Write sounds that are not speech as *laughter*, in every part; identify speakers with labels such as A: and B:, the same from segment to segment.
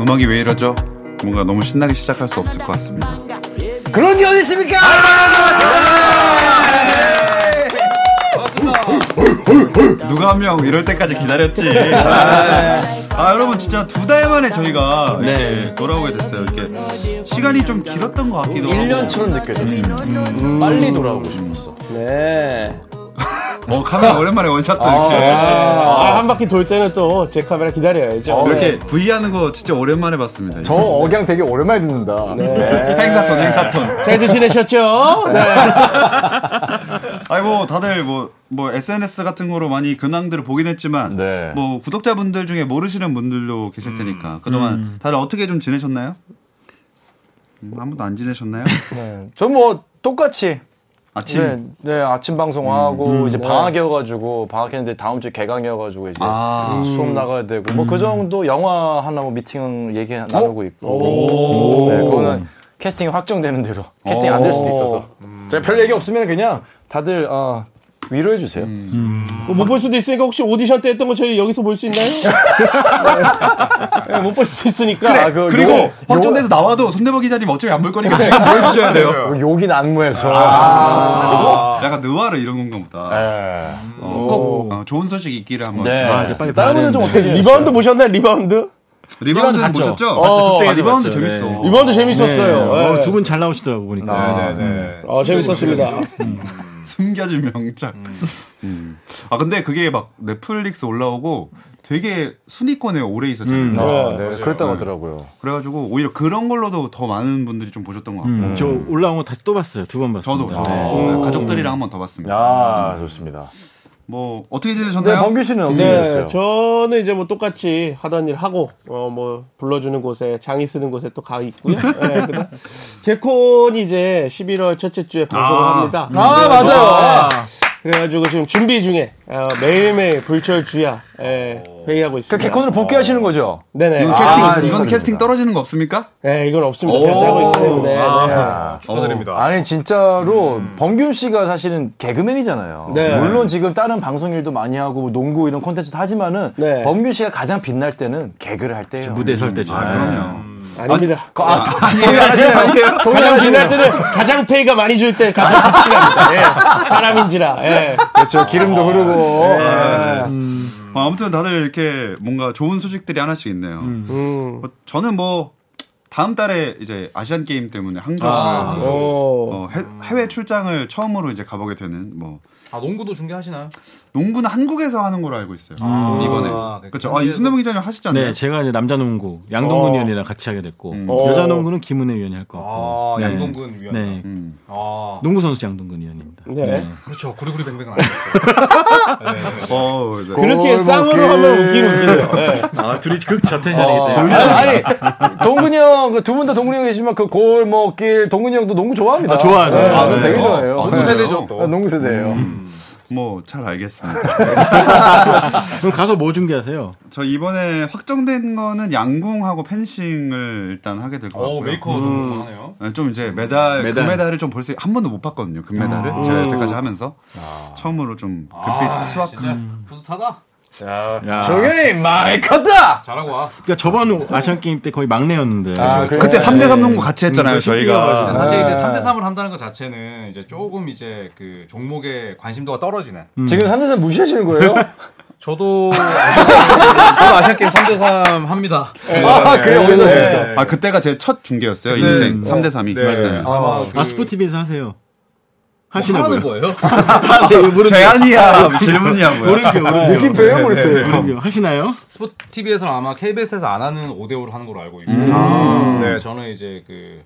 A: 음악이 왜 이러죠? 뭔가 너무 신나게 시작할 수 없을 것 같습니다.
B: 그런 게 어디 있습니까?
A: 누가 한 명 이럴 때까지 기다렸지. 아, 아, 여러분 진짜 두 달 만에 저희가
C: 네.
A: 이렇게 돌아오게 됐어요. 이렇게 시간이 좀 길었던 것 같기도 하고. 음,
C: 1년처럼 느껴졌어요. 음. 빨리 돌아오고 싶었어.
B: 네.
A: *laughs* 어 카메라 오랜만에 원샷도 이렇게.
C: 아, 한 바퀴 돌 때는 또 제 카메라 기다려야죠.
A: 이렇게 V 하는 거 진짜 오랜만에 봤습니다.
D: 어, 억양 되게 오랜만에 듣는다. 네.
A: 행사톤 행사톤.
C: 잘 드시내셨죠? 네.
A: 아니 뭐 다들 뭐 뭐 SNS 같은 거로 많이 근황들을 보긴 했지만
D: 네.
A: 뭐 구독자분들 중에 모르시는 분들도 계실 테니까 그동안 다들 어떻게 좀 지내셨나요? 음, 아무도 안
D: *laughs*
A: 지내셨나요?
D: 전 뭐 똑같이
A: 아침
D: 네, 네, 아침 방송하고 이제 방학이어가지고 방학했는데 다음 주 개강이어가지고 이제
A: 아.
D: 수업 나가야 되고 뭐 그 정도 영화 하나 뭐 미팅 얘기 나누고 있고
A: 오.
D: 네, 그거는 캐스팅이 확정되는 대로 캐스팅 안 될 수도 있어서 제가 별 얘기 없으면 그냥 다들 어, 위로해 주세요.
C: 뭐 못 볼 수도 있으니까 혹시 오디션 때 했던 거 저희 여기서 볼 수 있나요? 네. 못 볼 수도 있으니까.
D: 아, 그
A: 그리고
D: 요- 네.
A: 확정돼서 나와도 손대범 기자님 어차피 안 볼 거니까 지금 보여주셔야 돼요. 어?
D: 요- 욕인 안무에서
A: 약간 느와르 이런 건가 보다.
D: 아. 네.
A: 어, 꼭 어, 좋은 소식 있기를 한번.
D: 네. 다른 분들 좀 어떻게
C: 리바운드 보셨나요? 리바운드?
A: 리바운드
E: 봤죠.
A: 보셨죠?
D: 어,
C: 봤죠.
A: 아,
E: 국제에서
A: 리바운드
E: 봤죠.
A: 재밌어.
D: 네.
C: 리바운드 재밌었어요. 예.
E: 두 분 잘 나오시더라고 보니까.
D: 네,
C: 아, 재밌었습니다.
A: 숨겨진 명작. 음. 아 근데 그게 막 넷플릭스 올라오고 되게 순위권에 오래 있었잖아요.
D: 아,
C: 네,
D: 네, 그랬다고 하더라고요.
A: 그래가지고 오히려 그런 걸로도 더 많은 분들이 좀 보셨던 것 같아요.
E: 음, 저 올라온 거 다시 또 봤어요. 두 번 봤어요.
A: 저도 저도 네, 가족들이랑 한 번 더 봤습니다.
D: 아 좋습니다.
A: 뭐 어떻게
D: 네,
A: 지내셨나요?
D: 범규 씨는 어떻게
C: 네,
D: 되셨어요?
C: 저는 이제 뭐 똑같이 하던 일 하고, 어, 뭐, 불러주는 곳에, 장이 쓰는 곳에 또 가 있고요. 예, *laughs* 그다음 개콘이 이제 11월 첫째 주에 방송을 합니다.
D: 아 맞아요.
C: 그래가지고 지금 준비 중에, 어, 매일매일 불철주야, 예, 회의하고
D: 그
C: 있습니다.
D: 개콘으로 복귀하시는 거죠?
C: 네네.
A: 이건
C: 아,
A: 캐스팅
D: 아,
A: 이건
D: 죄송합니다.
A: 캐스팅 떨어지는 거 없습니까?
C: 네, 이건 없습니다. 제가 짜고 있기 때문에. 네.
D: 축하드립니다. 음. 아니 진짜로 범균 씨가 사실은 개그맨이잖아요.
C: 네.
D: 물론 지금 다른 방송 일도 많이 하고 뭐 농구 이런 콘텐츠도 하지만은
C: 네.
D: 범균 씨가 가장 빛날 때는 개그를 할 때예요.
E: 무대 설 때죠.
A: 아 그럼요.
C: 네. *laughs* 아닙니다.
D: 아,
C: 가장 빛날 때는 가장 페이가 많이 줄 때 가장 빛이 납니다. 예, 사람인지라. 예.
D: 그렇죠. 기름도 흐르고.
A: 아, 아무튼 다들 이렇게 뭔가 좋은 소식들이 하나씩 있네요.
C: 음.
A: 어, 저는 뭐 다음 달에 이제 아시안 게임 때문에 한국
C: 오.
A: 어, 해, 해외 출장을 처음으로 이제 가보게 되는 뭐
F: 아 농구도 중계하시나요?
A: 농구는 한국에서 하는 걸로 알고 있어요. 이번에
F: 아,
A: 그렇죠. 아, 이 손대문 기자님 하시지 않나요?
E: 네, 제가 이제 남자 농구
A: 어.
E: 양동근 위원이랑 같이 하게 됐고
A: 음.
D: 어.
E: 여자 농구는 김은혜 위원이 할 것 같고.
F: 아, 양동근 위원.
E: 네.
A: 음.
F: 아
E: 농구 선수 양동근 위원입니다.
C: 네.
F: 그렇죠. 구리구리 뱅뱅은 아니죠.
A: 어, 네.
C: 그렇게 쌍으로 하면 웃긴 웃기네요. 예.
E: 아, 둘이 극자태전이기 때문에.
D: 아니, 아니, 동근이 형, 그 두 분 다 동근이 형 계시지만 그 골, 뭐, 길, 동근이 형도 농구 좋아합니다.
E: 아, 좋아요, 좋아요.
D: 아,
E: 네.
D: 되게 좋아해요.
F: 어,
A: 아,
D: 네.
A: 세대죠,
D: 아, 농구 세대예요.
A: 뭐 잘 알겠습니다. *laughs*
E: 그럼 가서 뭐 중계하세요?
A: 저 이번에 확정된 거는 양궁하고 펜싱을 일단 하게 될 것 같고요.
F: 오 어, 메이커 정도 하네요.
A: 네, 좀 이제 메달,
E: 메달.
A: 금메달을 좀 벌써 한 번도 못 봤거든요. 금메달을 제가 여태까지 하면서 처음으로 좀 금빛
F: 음. 아. 진짜
A: 수확한
F: 부슷하다.
E: 야.
D: 동현이 마이 컸다!
F: 잘하고 와.
E: 그러니까 저번 아시안 게임 때 거의 막내였는데.
F: 아,
D: 아,
A: 그때 3대3
F: 네.
A: 농구 같이
F: 음,
A: 했잖아요. 저희가
F: 사실 이제 3대 3을 한다는 것 자체는 이제 조금 이제 그 종목에 관심도가 떨어지는.
D: 지금 3대3 무시하시는 거예요?
F: 저도 저도 아시안 게임 3대 3 합니다.
D: 아, 그래, 어디서 하십니까?
A: 아 그때가 제 첫 중계였어요. 인생 3대3이.
F: 네.
A: 네.
F: 아마
D: 그
F: 그
E: 아, 스포티비에서 하세요.
F: 하는
E: 하시나고요.
F: 거예요?
A: 제안이야 아, 그 질문이야 뭐야?
E: 모르죠,
D: 네.
E: 모르죠.
D: 느낌표예요, 몰입표예요?
E: 모르죠. 하시나요?
F: 스포츠 TV에서는 아마 KBS에서 안 하는 5대5로 하는 걸로 알고 있고. 네, 저는 이제 그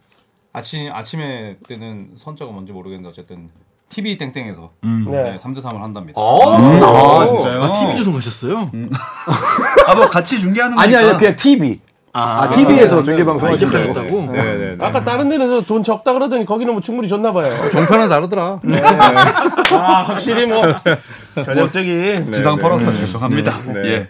F: 아침 아침에 때는 선자가 뭔지 모르겠는데 어쨌든 TV 땡땡에서 네, 3대 3을 한답니다.
A: 아
D: 어.
A: 진짜요?
E: 아, TV 조선 가셨어요?
D: 음.
A: 아뭐 *laughs* 같이 중계하는
D: 아니,
A: 거니까.
D: 아니, 그냥 TV. 아,
E: 아,
D: TV에서 중계방송
E: 아, 이제
D: 하시는 거예요. 네.
E: 가셨다고?
F: 네,
C: 아까 다른 데서 돈 적다 그러더니 거기는 뭐 충분히 줬나 봐요.
F: 종편은 다르더라.
C: 아, 확실히 뭐 전략적인
A: 지상 펄었어 죄송합니다. 예.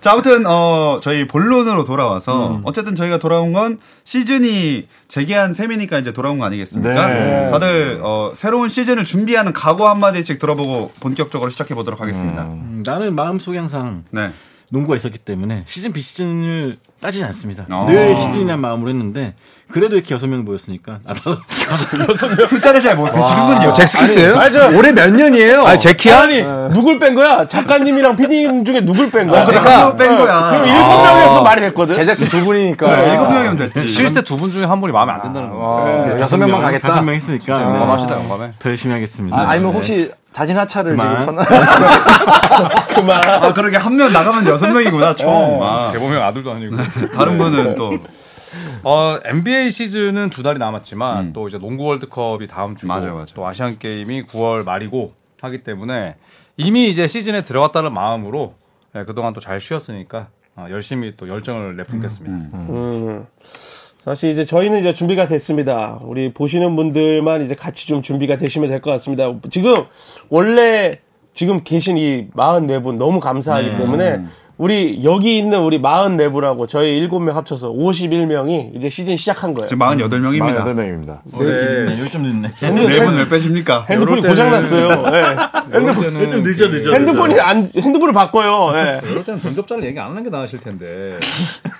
A: 자 아무튼 어 저희 본론으로 돌아와서 어쨌든 저희가 돌아온 건 시즌이 재개한 셈이니까 이제 돌아온 거 아니겠습니까?
D: 네.
A: 다들 어 새로운 시즌을 준비하는 각오 한 마디씩 들어보고 본격적으로 시작해 보도록 하겠습니다.
E: 음, 나는 마음속에 항상
A: 네.
E: 농구가 있었기 때문에 시즌 비시즌을 따지지 않습니다.
A: 아.
E: 늘 시즌이란 마음으로 했는데 그래도 이렇게 여섯 명 모였으니까 아, 다섯 *laughs* 여섯
A: *laughs*
E: 명.
A: 숫자를 잘 못 쓰시는군요.
D: 잭스키스예요?
C: 맞아.
D: 올해 몇 년이에요? 아, 제키야?
C: 아니 누굴 뺀 거야? 작가님이랑 PD님 중에 누굴 뺀 거야?
A: 그러니까 뺀
C: 그럼
A: 거야.
C: 일곱
A: 아.
C: 명이어서 말이 됐거든.
D: 제작진 두 분이니까.
A: 일곱 명이면 됐지.
F: 실세 두 분 중에 한 분이 마음에 안 든다는 거. 네.
D: 어, 여섯 명만
E: 다섯
D: 가겠다.
E: 명 했으니까 네.
F: 영감하시다 영감해.
E: 더 열심히 하겠습니다.
D: 아, 아니면
E: 네.
D: 혹시 자진 하차를
E: 그만.
D: 지금 선언?
A: 아 그러게 한 명 나가면 여섯 명이구나 총. 아,
F: 대보면 아들도 아니고.
A: 다른 분은 또
F: 어, NBA 시즌은 두 달이 남았지만 또 이제 농구 월드컵이 다음
A: 음.
F: 주고
A: 맞아요, 맞아요.
F: 또 아시안 게임이 9월 말이고 하기 때문에 이미 이제 시즌에 들어갔다는 마음으로 예, 그동안 또 잘 쉬었으니까 어, 열심히 또 열정을 내뿜겠습니다.
C: 음. 사실 이제 저희는 이제 준비가 됐습니다. 우리 보시는 분들만 이제 같이 좀 준비가 되시면 될 것 같습니다. 지금 원래 지금 계신 이 44분 너무 감사하기
A: 네.
C: 때문에 우리 여기 있는 우리 44분하고 저희 7명 합쳐서 51명이 이제 시즌 시작한 거예요.
A: 지금 48명입니다.
D: 8명입니다.
E: 네, 요즘 늦네.
A: 네분왜 빼십니까?
C: 핸드폰이 고장났어요.
A: *laughs*
C: 예. 핸드폰,
E: 좀 늦어 늦어.
C: 핸드폰이 안, 핸드폰을 바꿔요. 예.
F: 그럴 때는 전접자를 얘기 안 하는 게 나으실 텐데.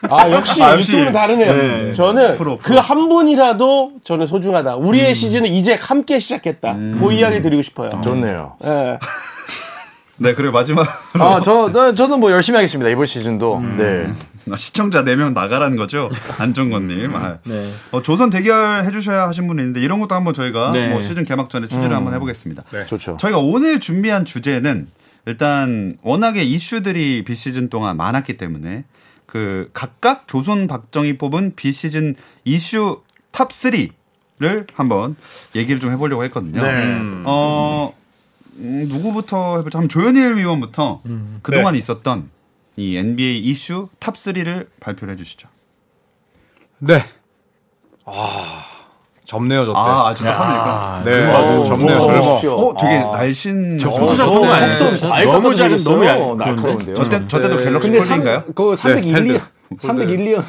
C: 아 역시
A: 아, 역시.
C: 유튜브는 다르네요.
A: 네.
C: 저는
A: 프로, 음. 프로.
C: 그 한 분이라도 저는 소중하다. 우리의 시즌은 이제 함께 시작했다.
A: 음.
C: 그 이야기 드리고 싶어요.
A: 아.
D: 좋네요.
C: 예.
A: 네 그리고 마지막으로 *laughs*
D: 아, 저, 네, 저도 뭐 열심히 하겠습니다. 이번 시즌도. 네.
A: 시청자 4명 나가라는 거죠. 안정건님. 아. 어, 조선 대결 해주셔야 하신 분이 있는데 이런 것도 한번 저희가
E: 네.
A: 뭐 시즌 개막 전에 취재를 한번 해보겠습니다.
D: 좋죠.
A: 저희가 오늘 준비한 주제는 일단 워낙에 이슈들이 비시즌 동안 많았기 때문에 그 각각 조선 박정희 뽑은 비시즌 이슈 탑 3를 한번 얘기를 좀 해보려고 했거든요. 어, 음, 누구부터 해볼까? 한번 조현일 위원부터
F: 음.
A: 그동안 있었던 이 NBA 이슈 탑 3를 발표를 해주시죠.
F: 네. 아 접네요 저때.
A: 아, 아주 탑이니까.
F: 네.
D: 오,
F: 접네요.
D: 오.
F: 젊어. 아.
A: 어, 되게 날씬.
E: 포토 작품
D: 너무
F: 음. 네.
E: 아니에요?
A: 네.
D: 얇아서
C: 음.
E: 너무 작은
D: 얇아서
E: 너무
D: 그러겠어요.
E: 얇은 그런데.
D: 날카로운데요.
A: 저때, 저때도 갤럭시
D: 근데 삼-
A: 폴드인가요?
D: 그거 301년, 301년,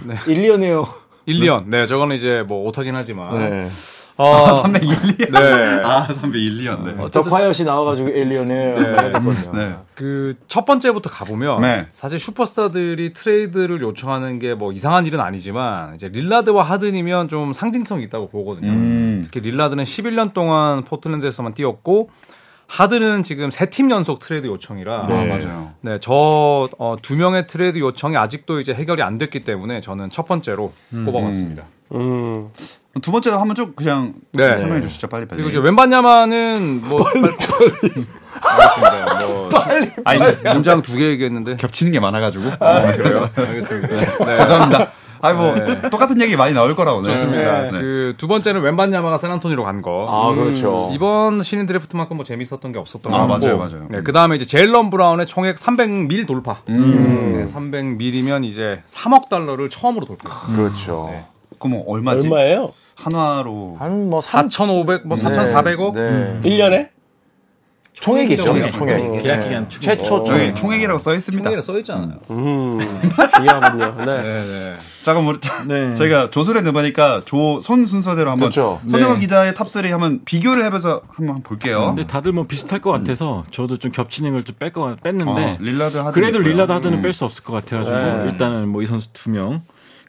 D: *laughs* 1년이에요.
F: 1년. 네, 저거는 이제 뭐 오타긴 하지만.
A: 네. *laughs* 아, 301년.
F: 네. 어,
A: 아, 301년. 네.
D: 더 콰이엇이 나와가지고 1년이에요.
A: 네.
F: 그 첫 번째부터 가보면
A: 네.
F: 사실 슈퍼스타들이 트레이드를 요청하는 게 뭐 이상한 일은 아니지만 이제 릴라드와 하든이면 좀 상징성이 있다고 보거든요.
A: 음.
F: 특히 릴라드는 11년 동안 포틀랜드에서만 뛰었고 하든은 지금 세 팀 연속 트레이드 요청이라
A: 아, 맞아요.
F: 네, 저, 어, 두 명의 트레이드 요청이 아직도 이제 해결이 안 됐기 때문에 저는 첫 번째로 꼽아봤습니다.
C: 음.
A: 네. 두 번째로 한번 쭉 그냥
F: 네.
A: 설명해 주시죠, 빨리 빨리.
F: 그리고 이제 웬반야마는 뭐. 빨리,
A: *laughs*
F: 알겠습니다. 뭐
A: 아니,
F: 문장 두 개 얘기했는데.
A: 겹치는 게 많아가지고.
F: 알겠습니다. 네.
A: 죄송합니다. 아니 뭐 똑같은 얘기 많이 나올 거라 오늘.
F: 좋습니다.
A: 네.
F: 그 두 번째는 웬반야마가 샌안토니로 간 거.
D: 아, 그렇죠.
F: 이번 신인 드래프트만큼 뭐 재밌었던 게 없었던 것
A: 아,
F: 같고.
A: 맞아요, 맞아요.
F: 네, 그 다음에 이제 제일런 브라운의 총액 300밀 돌파. 네, 300밀이면 이제 3억 달러를 처음으로 돌파.
D: 그렇죠.
A: 그럼 뭐 얼마지?
C: 얼마예요?
A: 한화로
D: 한 뭐 3,
F: 4,500, 뭐 4,400억?
C: 음.
D: 네.
C: 1년에?
D: 총액이죠.
A: 총액.
D: 총액.
E: 음. 계약 기간 축.
D: 네. 최초
A: 저기
D: 총액.
A: 총액이라고 써 있습니다.
F: 총액이라 써 있잖아요.
C: 어, 음. 중요하군요. 네.
A: 자 그럼 우리
E: 네.
A: *laughs* 저희가 조선에 넘어가니까 조 손 순서대로 한번
D: 그렇죠.
A: 손영원 기자의 탑3 한번 비교를 해봐서 한번 볼게요.
E: 네. 근데 다들 뭐 비슷할 것 같아서 저도 좀 겹치는 걸 좀 뺄 것 뺐는데
D: 네.
A: 어, 릴라드 하든
E: 그래도
A: 있고요. 네.
E: 릴라드 하드는 뺄 수 없을 것 같아가지고 일단은 뭐 이 선수 두 명.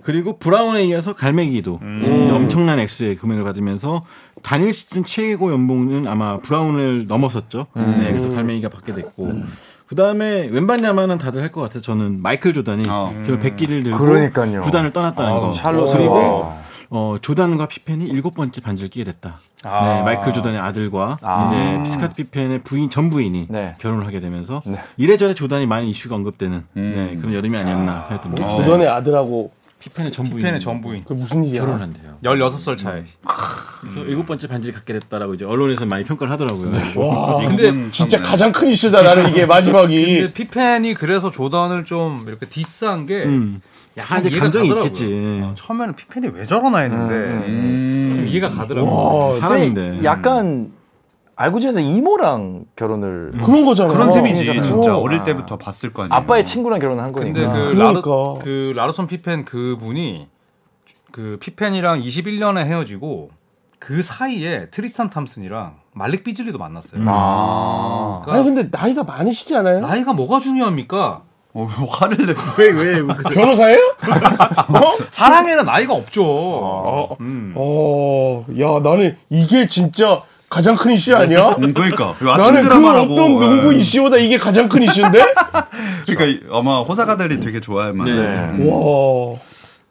E: 그리고 브라운에 이어서 갈매기도
A: 음.
E: 이제 엄청난 액수의 금액을 받으면서 단일 시즌 최고 연봉은 아마 브라운을 넘었었죠.
A: 음.
E: 네, 그래서 갈매기가 받게 됐고 그 다음에 웬반야마는 다들 할 것 같아요. 저는 마이클 조단이
A: 어.
E: 결국 백기를 들고
D: 그러니까요.
E: 구단을 떠났다는 거.
D: 샬롯
E: 그리고
D: 와.
E: 어, 조단과 피펜이 일곱 번째 반지를 끼게 됐다. 네, 마이클 조단의 아들과 이제 피스카트 피펜의 부인 전 부인이
D: 네.
E: 결혼을 하게 되면서 이래저래 조단이 많은 이슈가 언급되는 네, 그런 여름이 아니었나 생각됩니다. 네.
C: 조던의 아들하고
E: 피펜의 전 부인
F: 피펜의 전부인.
C: 그 무슨 일이야?
E: 결혼한대요.
F: 16살 차이.
E: 그래서 일곱 번째 반지를 갖게 됐다라고 이제 언론에서 많이 평가를 하더라고요.
A: 음,
F: 근데
C: 진짜
A: 네.
C: 가장 큰 이슈다 나는 이게 마지막이.
F: *laughs* 이제 피펜이 그래서 조던을 좀 이렇게 디스한 게
E: 음. 다
F: 약간
E: 이제
F: 이해가
E: 감정이
F: 가더라고요.
E: 있겠지.
F: 어, 처음에는 피펜이 왜 저러나 했는데
A: 음.
F: 좀 이해가 가더라고요.
C: 어,
E: 사람인데.
D: 네. 약간 알고 지내는 이모랑
E: 음.
D: 결혼을
C: 그런 거잖아.
A: 그런 셈이지
D: 어,
A: 진짜 어릴 때부터 봤을 거 아니에요.
D: 아빠의 친구랑 결혼한 거니까.
F: 근데 그, 라르,
C: 그러니까.
F: 그 라르손 피펜 그분이 그 피펜이랑 21년에 헤어지고 그 사이에 트리스탄 탐슨이랑 말릭 비즐리도 만났어요.
E: 음.
D: 아.
C: 아니 근데 나이가 많으시지 않아요?
F: 나이가 뭐가 중요합니까?
A: 어, 화를 내.
E: 왜왜
C: 변호사예요?
F: 사랑에는 나이가 없죠. 음.
C: 어, 야, 나는 이게 진짜 가장 큰 이슈 아니야?
A: 음, 그러니까 이거 아침
C: 나는 그
A: 드라마라고.
C: 어떤 농구
A: 예.
C: 이슈보다 이게 가장 큰 이슈인데?
A: 그러니까 이- 아마 호사가들이 되게 좋아할 만한.
E: 네.
A: 음,
C: 와.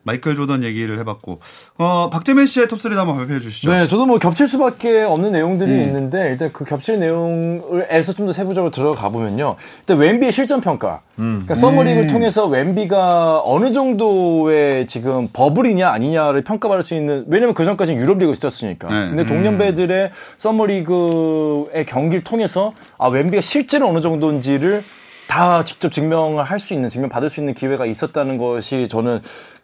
A: 마이클 조던 얘기를 해봤고, 어 박재민 씨의 톱3를 한번 발표해 주시죠.
D: 네, 저도 뭐 겹칠 수밖에 없는 내용들이
E: 예.
D: 있는데 일단 그 겹칠 내용에서 좀 더 세부적으로 들어가 보면요. 일단 웬비의 실전 평가.
E: 음.
D: 그러니까 서머리를 통해서 웬비가 어느 정도의 지금 버블이냐 아니냐를 평가받을 수 있는 왜냐면 그 전까지 유럽 리그 있었으니까.
A: 네.
D: 근데 동년배들의 서머리그의 경기를 통해서 아 웬비가 실제로 어느 정도인지를 다 직접 증명을 할 수 있는 증명 받을 수 있는 기회가 있었다는 것이 저는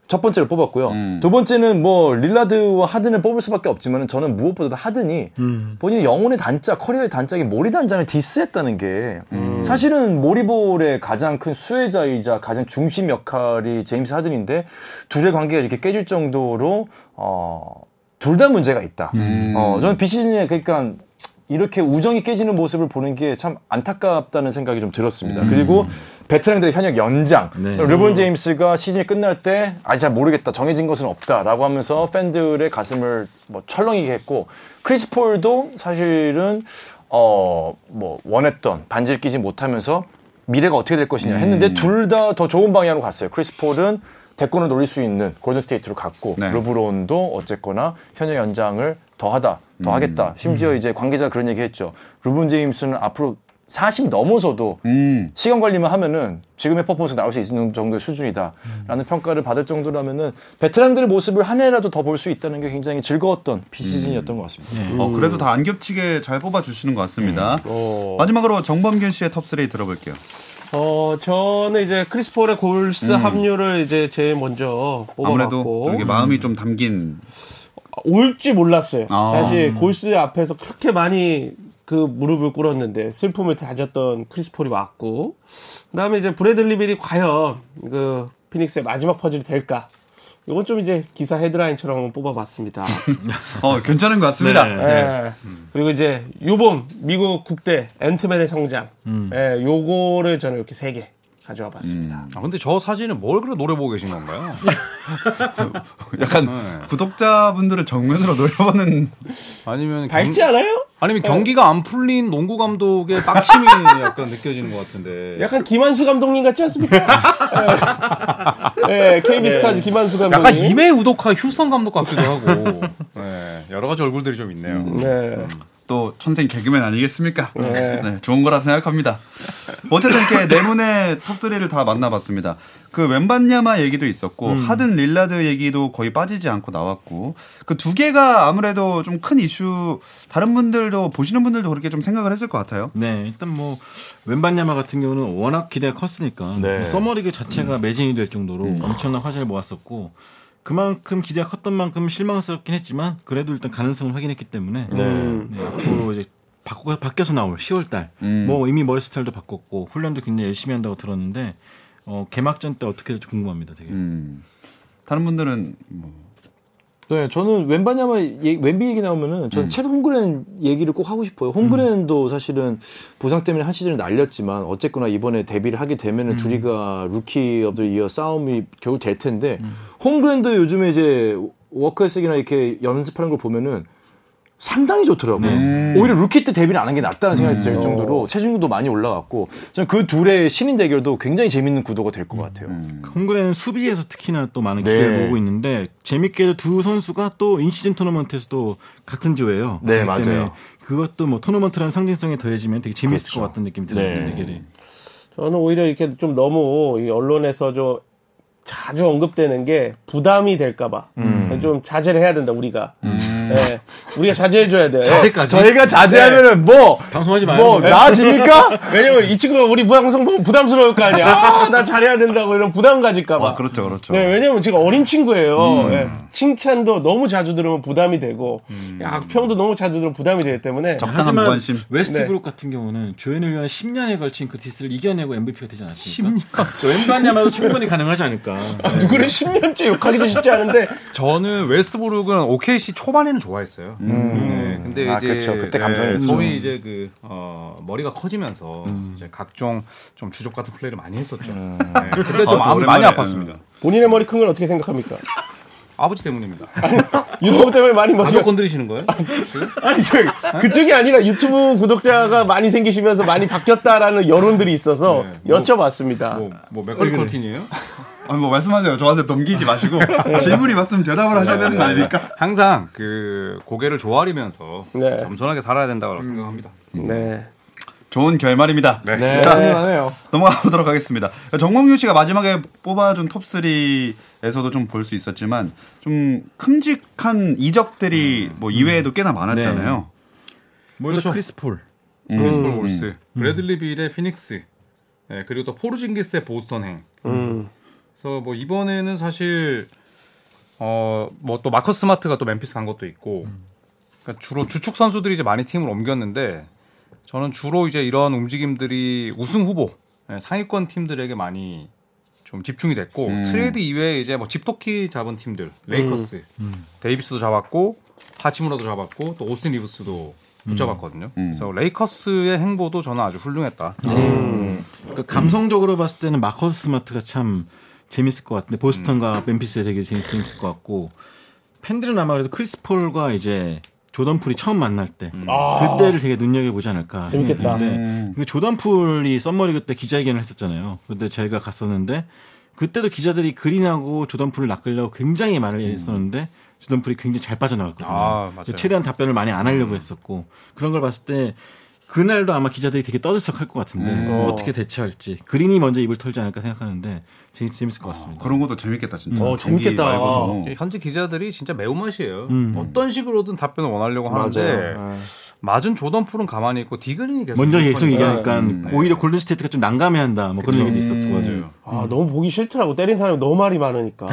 D: 첫 번째로 뽑았고요. 두 번째는 뭐 릴라드와 하든을 뽑을 수밖에 없지만 저는 무엇보다도 하든이 본인의 영혼의 단짝, 커리어의 단짝인 모리 단장을 디스했다는 게 사실은 모리볼의 가장 큰 수혜자이자 가장 중심 역할이 제임스 하든인데 둘의 관계가 이렇게 깨질 정도로 어, 둘 다 문제가 있다. 어, 저는 비시즌에 그러니까 이렇게 우정이 깨지는 모습을 보는 게 참 안타깝다는 생각이 좀 들었습니다. 그리고 베테랑들의 현역 연장.
E: 네.
A: 음.
D: 르본 제임스가 시즌이 끝날 때 아직 잘 모르겠다. 정해진 것은 없다라고 하면서 팬들의 가슴을 뭐 철렁이게 했고 크리스 폴도 사실은 어 뭐 원했던 반지를 끼지 못하면서 미래가 어떻게 될
A: 음.
D: 것이냐 했는데 둘 다 더 좋은 방향으로 갔어요. 크리스 폴은 대권을 노릴 수 있는 골든 스테이트로 갔고
A: 네.
D: 르브론도 어쨌거나 현역 연장을 더하다,
A: 음.
D: 더하겠다. 심지어 이제 관계자 그런 얘기했죠. 르본 제임스는 앞으로 40 넘어서도
A: 음.
D: 시간 관리만 하면은 지금의 퍼포먼스 나올 수 있는 정도의 수준이다라는 평가를 받을 정도라면은 베테랑들의 모습을 한 해라도 더 볼 수 있다는 게 굉장히 즐거웠던 비시즌이었던 것 같습니다.
E: 음.
A: 어, 그래도 다 안 겹치게 잘 뽑아주시는 것
D: 음.
A: 같습니다.
D: 어.
A: 마지막으로 정범균 씨의 톱3 들어볼게요.
C: 어, 저는 이제 크리스폴의 골스 합류를 이제 제일 먼저
A: 음. 아무래도
C: 뽑아봤고.
A: 이렇게 마음이 좀 담긴.
C: 올지 몰랐어요.
A: 아.
C: 사실 골스 앞에서 그렇게 많이 그 무릎을 꿇었는데 슬픔을 다졌던 크리스폴이 왔고 그다음에 이제 브래들리빌이 과연 그 피닉스의 마지막 퍼즐이 될까? 이건 좀 이제 기사 헤드라인처럼 한번 뽑아봤습니다.
A: 어 괜찮은 것 같습니다. *laughs*
E: 네.
A: 네.
C: 예. 그리고 이제 요번 미국 국대 앤트맨의 성장.
A: 음.
C: 예, 요거를 저는 이렇게 세 개 가져와 봤습니다.
F: 아, 근데 저 사진은 뭘 그래 노래 보고 계신 건가요?
A: 약간 구독자분들을 정면으로 노려보는
F: 아니면 경,
A: 음.
C: 밝지 않아요?
F: 아니면 경기가 안 풀린 농구 감독의 빡심이 약간 느껴지는 것 같은데.
C: 약간 김한수 감독님 같지 않습니까? 예, 예, KB 스타즈 김한수 감독님.
F: 약간 이메 우도카 휴스턴 감독 같기도 하고. 네, 여러 가지 얼굴들이 좀 있네요.
C: 네.
A: 또 천생 개그맨 아니겠습니까?
C: 네.
A: 네, 좋은 거라 생각합니다. 어쨌든 이렇게 네문의 톱3를 다 만나봤습니다. 그 웬반야마 얘기도 있었고 하든 릴라드 얘기도 거의 빠지지 않고 나왔고 그 두 개가 아무래도 좀 큰 이슈 다른 분들도 보시는 분들도 그렇게 좀 생각을 했을 것 같아요.
E: 네, 일단 뭐 웬반야마 같은 경우는 워낙 기대가 컸으니까 뭐
D: 네.
E: 서머리그 자체가 매진이 될 정도로 엄청난 화제를 모았었고 그만큼 기대가 컸던 만큼 실망스럽긴 했지만 그래도 일단 가능성을 확인했기 때문에 네, 앞으로 이제 바꿔, 바뀌어서 나올 10월달 뭐 이미 머리 스타일도 바꿨고 훈련도 굉장히 열심히 한다고 들었는데 어, 개막전 때 어떻게 될지 궁금합니다. 되게.
A: 음. 다른 분들은 뭐
D: 네, 저는 웬바냐마 얘- 웬비 얘기 나오면은 저는 챗 홈그랜 얘기를 꼭 하고 싶어요. 홈그랜도 사실은 부상 때문에 한 시즌을 날렸지만 어쨌거나 이번에 데뷔를 하게 되면은 둘이가 루키 업더 이어 싸움이 겨우 될 텐데 홈그랜도 요즘에 이제 워커에스기나 이렇게 연습하는 걸 보면은 상당히 좋더라고요. 오히려 루키 때 데뷔를 안 한 게 낫다는 생각이 들 정도로 체중도 많이 올라갔고 저는 그 둘의 신인 대결도 굉장히 재밌는 구도가 될 것 같아요.
E: 음. 홈그레는 수비에서 특히나 또 많은
D: 네.
E: 기대를 보고 있는데 재밌게도 두 선수가 또 인시즌 토너먼트에서도 같은 조예요.
D: 네,
E: 그렇기 때문에
D: 맞아요.
E: 그것도 뭐 토너먼트라는 상징성이 더해지면 되게 재밌을
D: 그렇죠.
E: 것 같은 느낌이
D: 네.
E: 드는 네.
C: 저는 오히려 이렇게 좀 너무 이 언론에서 좀 자주 언급되는 게 부담이 될까봐 좀 자제를 해야 된다 우리가 예, 우리가 자제해줘야 예. 돼
F: 자세까지.
D: 저희가 자제하면은 뭐
E: 방송하지 말고
D: 뭐 나아집니까?
C: 왜냐면 이 친구가 우리 부양성 보면 부담스러울 거 아니야 아, 나 잘해야 된다고 이런 부담 가질까봐
A: 아, 그렇죠, 그렇죠.
C: 네, 왜냐면 제가 어린 친구예요. 예, 칭찬도 너무 자주 들으면 부담이 되고, 악평도 너무 자주 들으면 부담이 되기 때문에,
A: 적당한
E: 하지만
A: 무관심.
D: 네.
E: 웨스트그룹 같은 경우는 조현일 위한 10년에 걸친 그 디스를 이겨내고 MVP가 되지 않았습니까? 10년? 웬만하면 충분히 가능하지 않을까.
C: 누구를 10년째 욕하기도 쉽지 않은데,
F: 저는 웨스브룩은 OKC 초반에는 좋아했어요. 네, 근데
D: 음. 아,
F: 이제
D: 그쵸. 그때 감성이 있죠.
F: 소위 이제 그 어, 머리가 커지면서 이제 각종 좀 주접 같은 플레이를 많이 했었죠.
D: 음.
F: 네, 그때 좀
A: 아,
F: 마음이
A: 오랜만에.
F: 많이 아팠습니다.
C: 본인의 머리 큰 걸 어떻게 생각합니까?
F: 아버지 때문입니다.
C: 유튜브 때문에 많이
F: 가족
C: 머리가
F: 건드리시는 거예요?
C: 아니 저기 그쪽이 아니라 유튜브 구독자가 많이 생기시면서 많이 바뀌었다라는 여론들이 있어서
F: 네, 뭐,
C: 여쭤봤습니다.
F: 뭐, 뭐 맥컬리 컬킨이에요?
A: 아니 뭐 말씀하세요. 저한테 넘기지
C: *laughs*
A: 마시고 질문이 왔으면 대답을 하셔야
C: 네,
A: 되는 거 아닙니까?
F: 그러니까 항상 그 고개를 조아리면서
C: 네.
F: 겸손하게 살아야 된다고 그렇죠. 생각합니다.
C: 네.
A: 좋은 결말입니다.
D: 네. 자, 하네요.
A: 넘어가 보도록 하겠습니다. 정몽규 씨가 마지막에 뽑아준 톱 3에서도 좀 볼 수 있었지만 좀 큼직한 이적들이
C: 음.
A: 뭐 이외에도 꽤나 많았잖아요.
E: 뭐 일단 크리스폴.
F: 크리스폴
D: 음.
F: 월스, 브래들리 빌의 피닉스, 예, 그리고 또 포르징기스의 보스턴행.
C: 음.
F: 그래서 뭐 이번에는 사실 어 뭐 또 마커스 마트가 또 멤피스 간 것도 있고, 그러니까 주로 주축 선수들이 이제 많이 팀을 옮겼는데 저는 주로 이제 이런 움직임들이 우승 후보 예, 상위권 팀들에게 많이 좀 집중이 됐고 트레이드 이외에 이제 뭐 집토끼 잡은 팀들 레이커스 데이비스도 잡았고 하치무라도 잡았고 또 오스틴 리브스도 붙잡았거든요. 그래서 레이커스의 행보도 저는 아주 훌륭했다.
E: 그러니까 감성적으로 봤을 때는 마커스 스마트가 참 재밌을 것 같은데
F: 음.
E: 보스턴과 멤피스에 되게 재밌- 재밌을 것 같고 팬들은 아마 그래서 크리스폴과 이제 조던 풀이 처음 만날 때 그때를 되게 눈여겨 보지 않을까
C: 아. 재밌겠다. 음.
E: 생각했는데 그 조던 풀이 썸머리그 때 기자회견을 했었잖아요. 근데 저희가 갔었는데 그때도 기자들이 그린하고 조던 풀을 낚으려고 굉장히 말을 했었는데 조던 풀이 굉장히 잘 빠져나갔거든요.
F: 음. 아, 맞아요.
E: 최대한 답변을 많이 안 하려고 했었고 그런 걸 봤을 때 그날도 아마 기자들이 되게 떠들썩할 것 같은데 뭐 어떻게 대처할지 그린이 먼저 입을 털지 않을까 생각하는데 재밌, 재밌을 것 같습니다.
A: 그런 것도 재밌겠다 진짜.
C: 네. 어,
A: 경기
C: 재밌겠다. 아,
A: 말고도.
F: 현지 기자들이 진짜 매운맛이에요. 어떤 식으로든 답변을 원하려고 하는데 맞은 조던 풀은 가만히 있고 아, 디그린이 계속
E: 먼저 계속
F: 얘기하니까
E: 얘기하니까 오히려 골든스테이트가 좀 난감해한다 뭐 그런 얘기도 있었고 맞아요.
C: 아 너무 보기 싫더라고 때린 사람이 너무 말이 많으니까.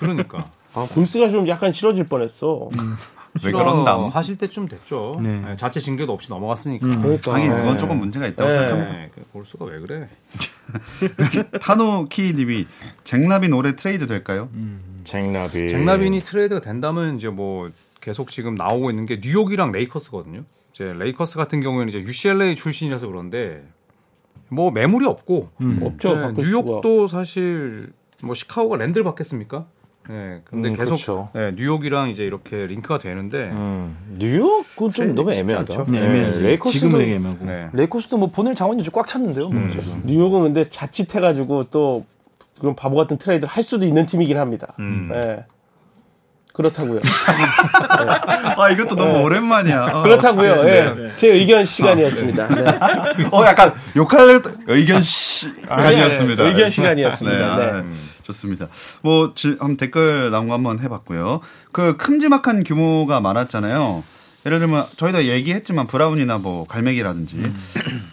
F: 그러니까
C: 아 골스가 좀 약간 싫어질 뻔했어. 아,
A: 왜 그런다. 뭐.
F: 어, 하실 때쯤 됐죠.
E: 네.
F: 네, 자체 징계도 없이 넘어갔으니까.
C: 그러니까.
A: 하긴 그건 조금 문제가 있다고
C: 네.
A: 생각합니다.
F: 네, 그 골수가 왜 그래?
A: 타노키님이 잭라빈 올해 트레이드 될까요?
C: 음.
A: 예.
D: 잭나비.
F: 잭라빈이 트레이드가 된다면 이제 뭐 계속 지금 나오고 있는 게 뉴욕이랑 레이커스거든요. 이제 레이커스 같은 경우에는 이제 UCLA 출신이라서 그런데 뭐 매물이 없고
C: 없죠.
F: 네,
C: 바꿀 수가.
F: 뉴욕도 사실 뭐 시카고가 랜드를 받겠습니까? 네, 근데
D: 음,
F: 계속
D: 그렇죠.
F: 네, 뉴욕이랑 이제 이렇게 링크가 되는데
D: 음, 뉴욕은 좀 너무 애매하다.
E: 네, 애매하죠. 지금은
D: 레이커스도
E: 되게 애매하고
F: 네.
D: 레이커스도 뭐 보낼 자원이 좀 꽉 찼는데요.
E: 음.
D: 뭐 지금.
C: 뉴욕은 근데 자칫해가지고 또 그런 바보 같은 트레이드를 할 수도 있는 팀이긴 합니다.
F: 음.
C: 예. 그렇다고요.
A: 아 이것도 너무
C: *laughs*
A: 오랜만이야. 어.
C: 그렇다고요. 예. 제 의견 시간이었습니다. 네.
A: 어 약간 욕할 의견 아, 시간이었습니다. 음,
C: 네, 아, 의견 시간이었습니다. 네.
A: 좋습니다. 뭐 질- 한번 댓글 나온 거 한번 해봤고요. 그 큼지막한 규모가 많았잖아요. 예를 들면 저희가 얘기했지만 브라운이나 뭐 갈매기라든지
C: 음.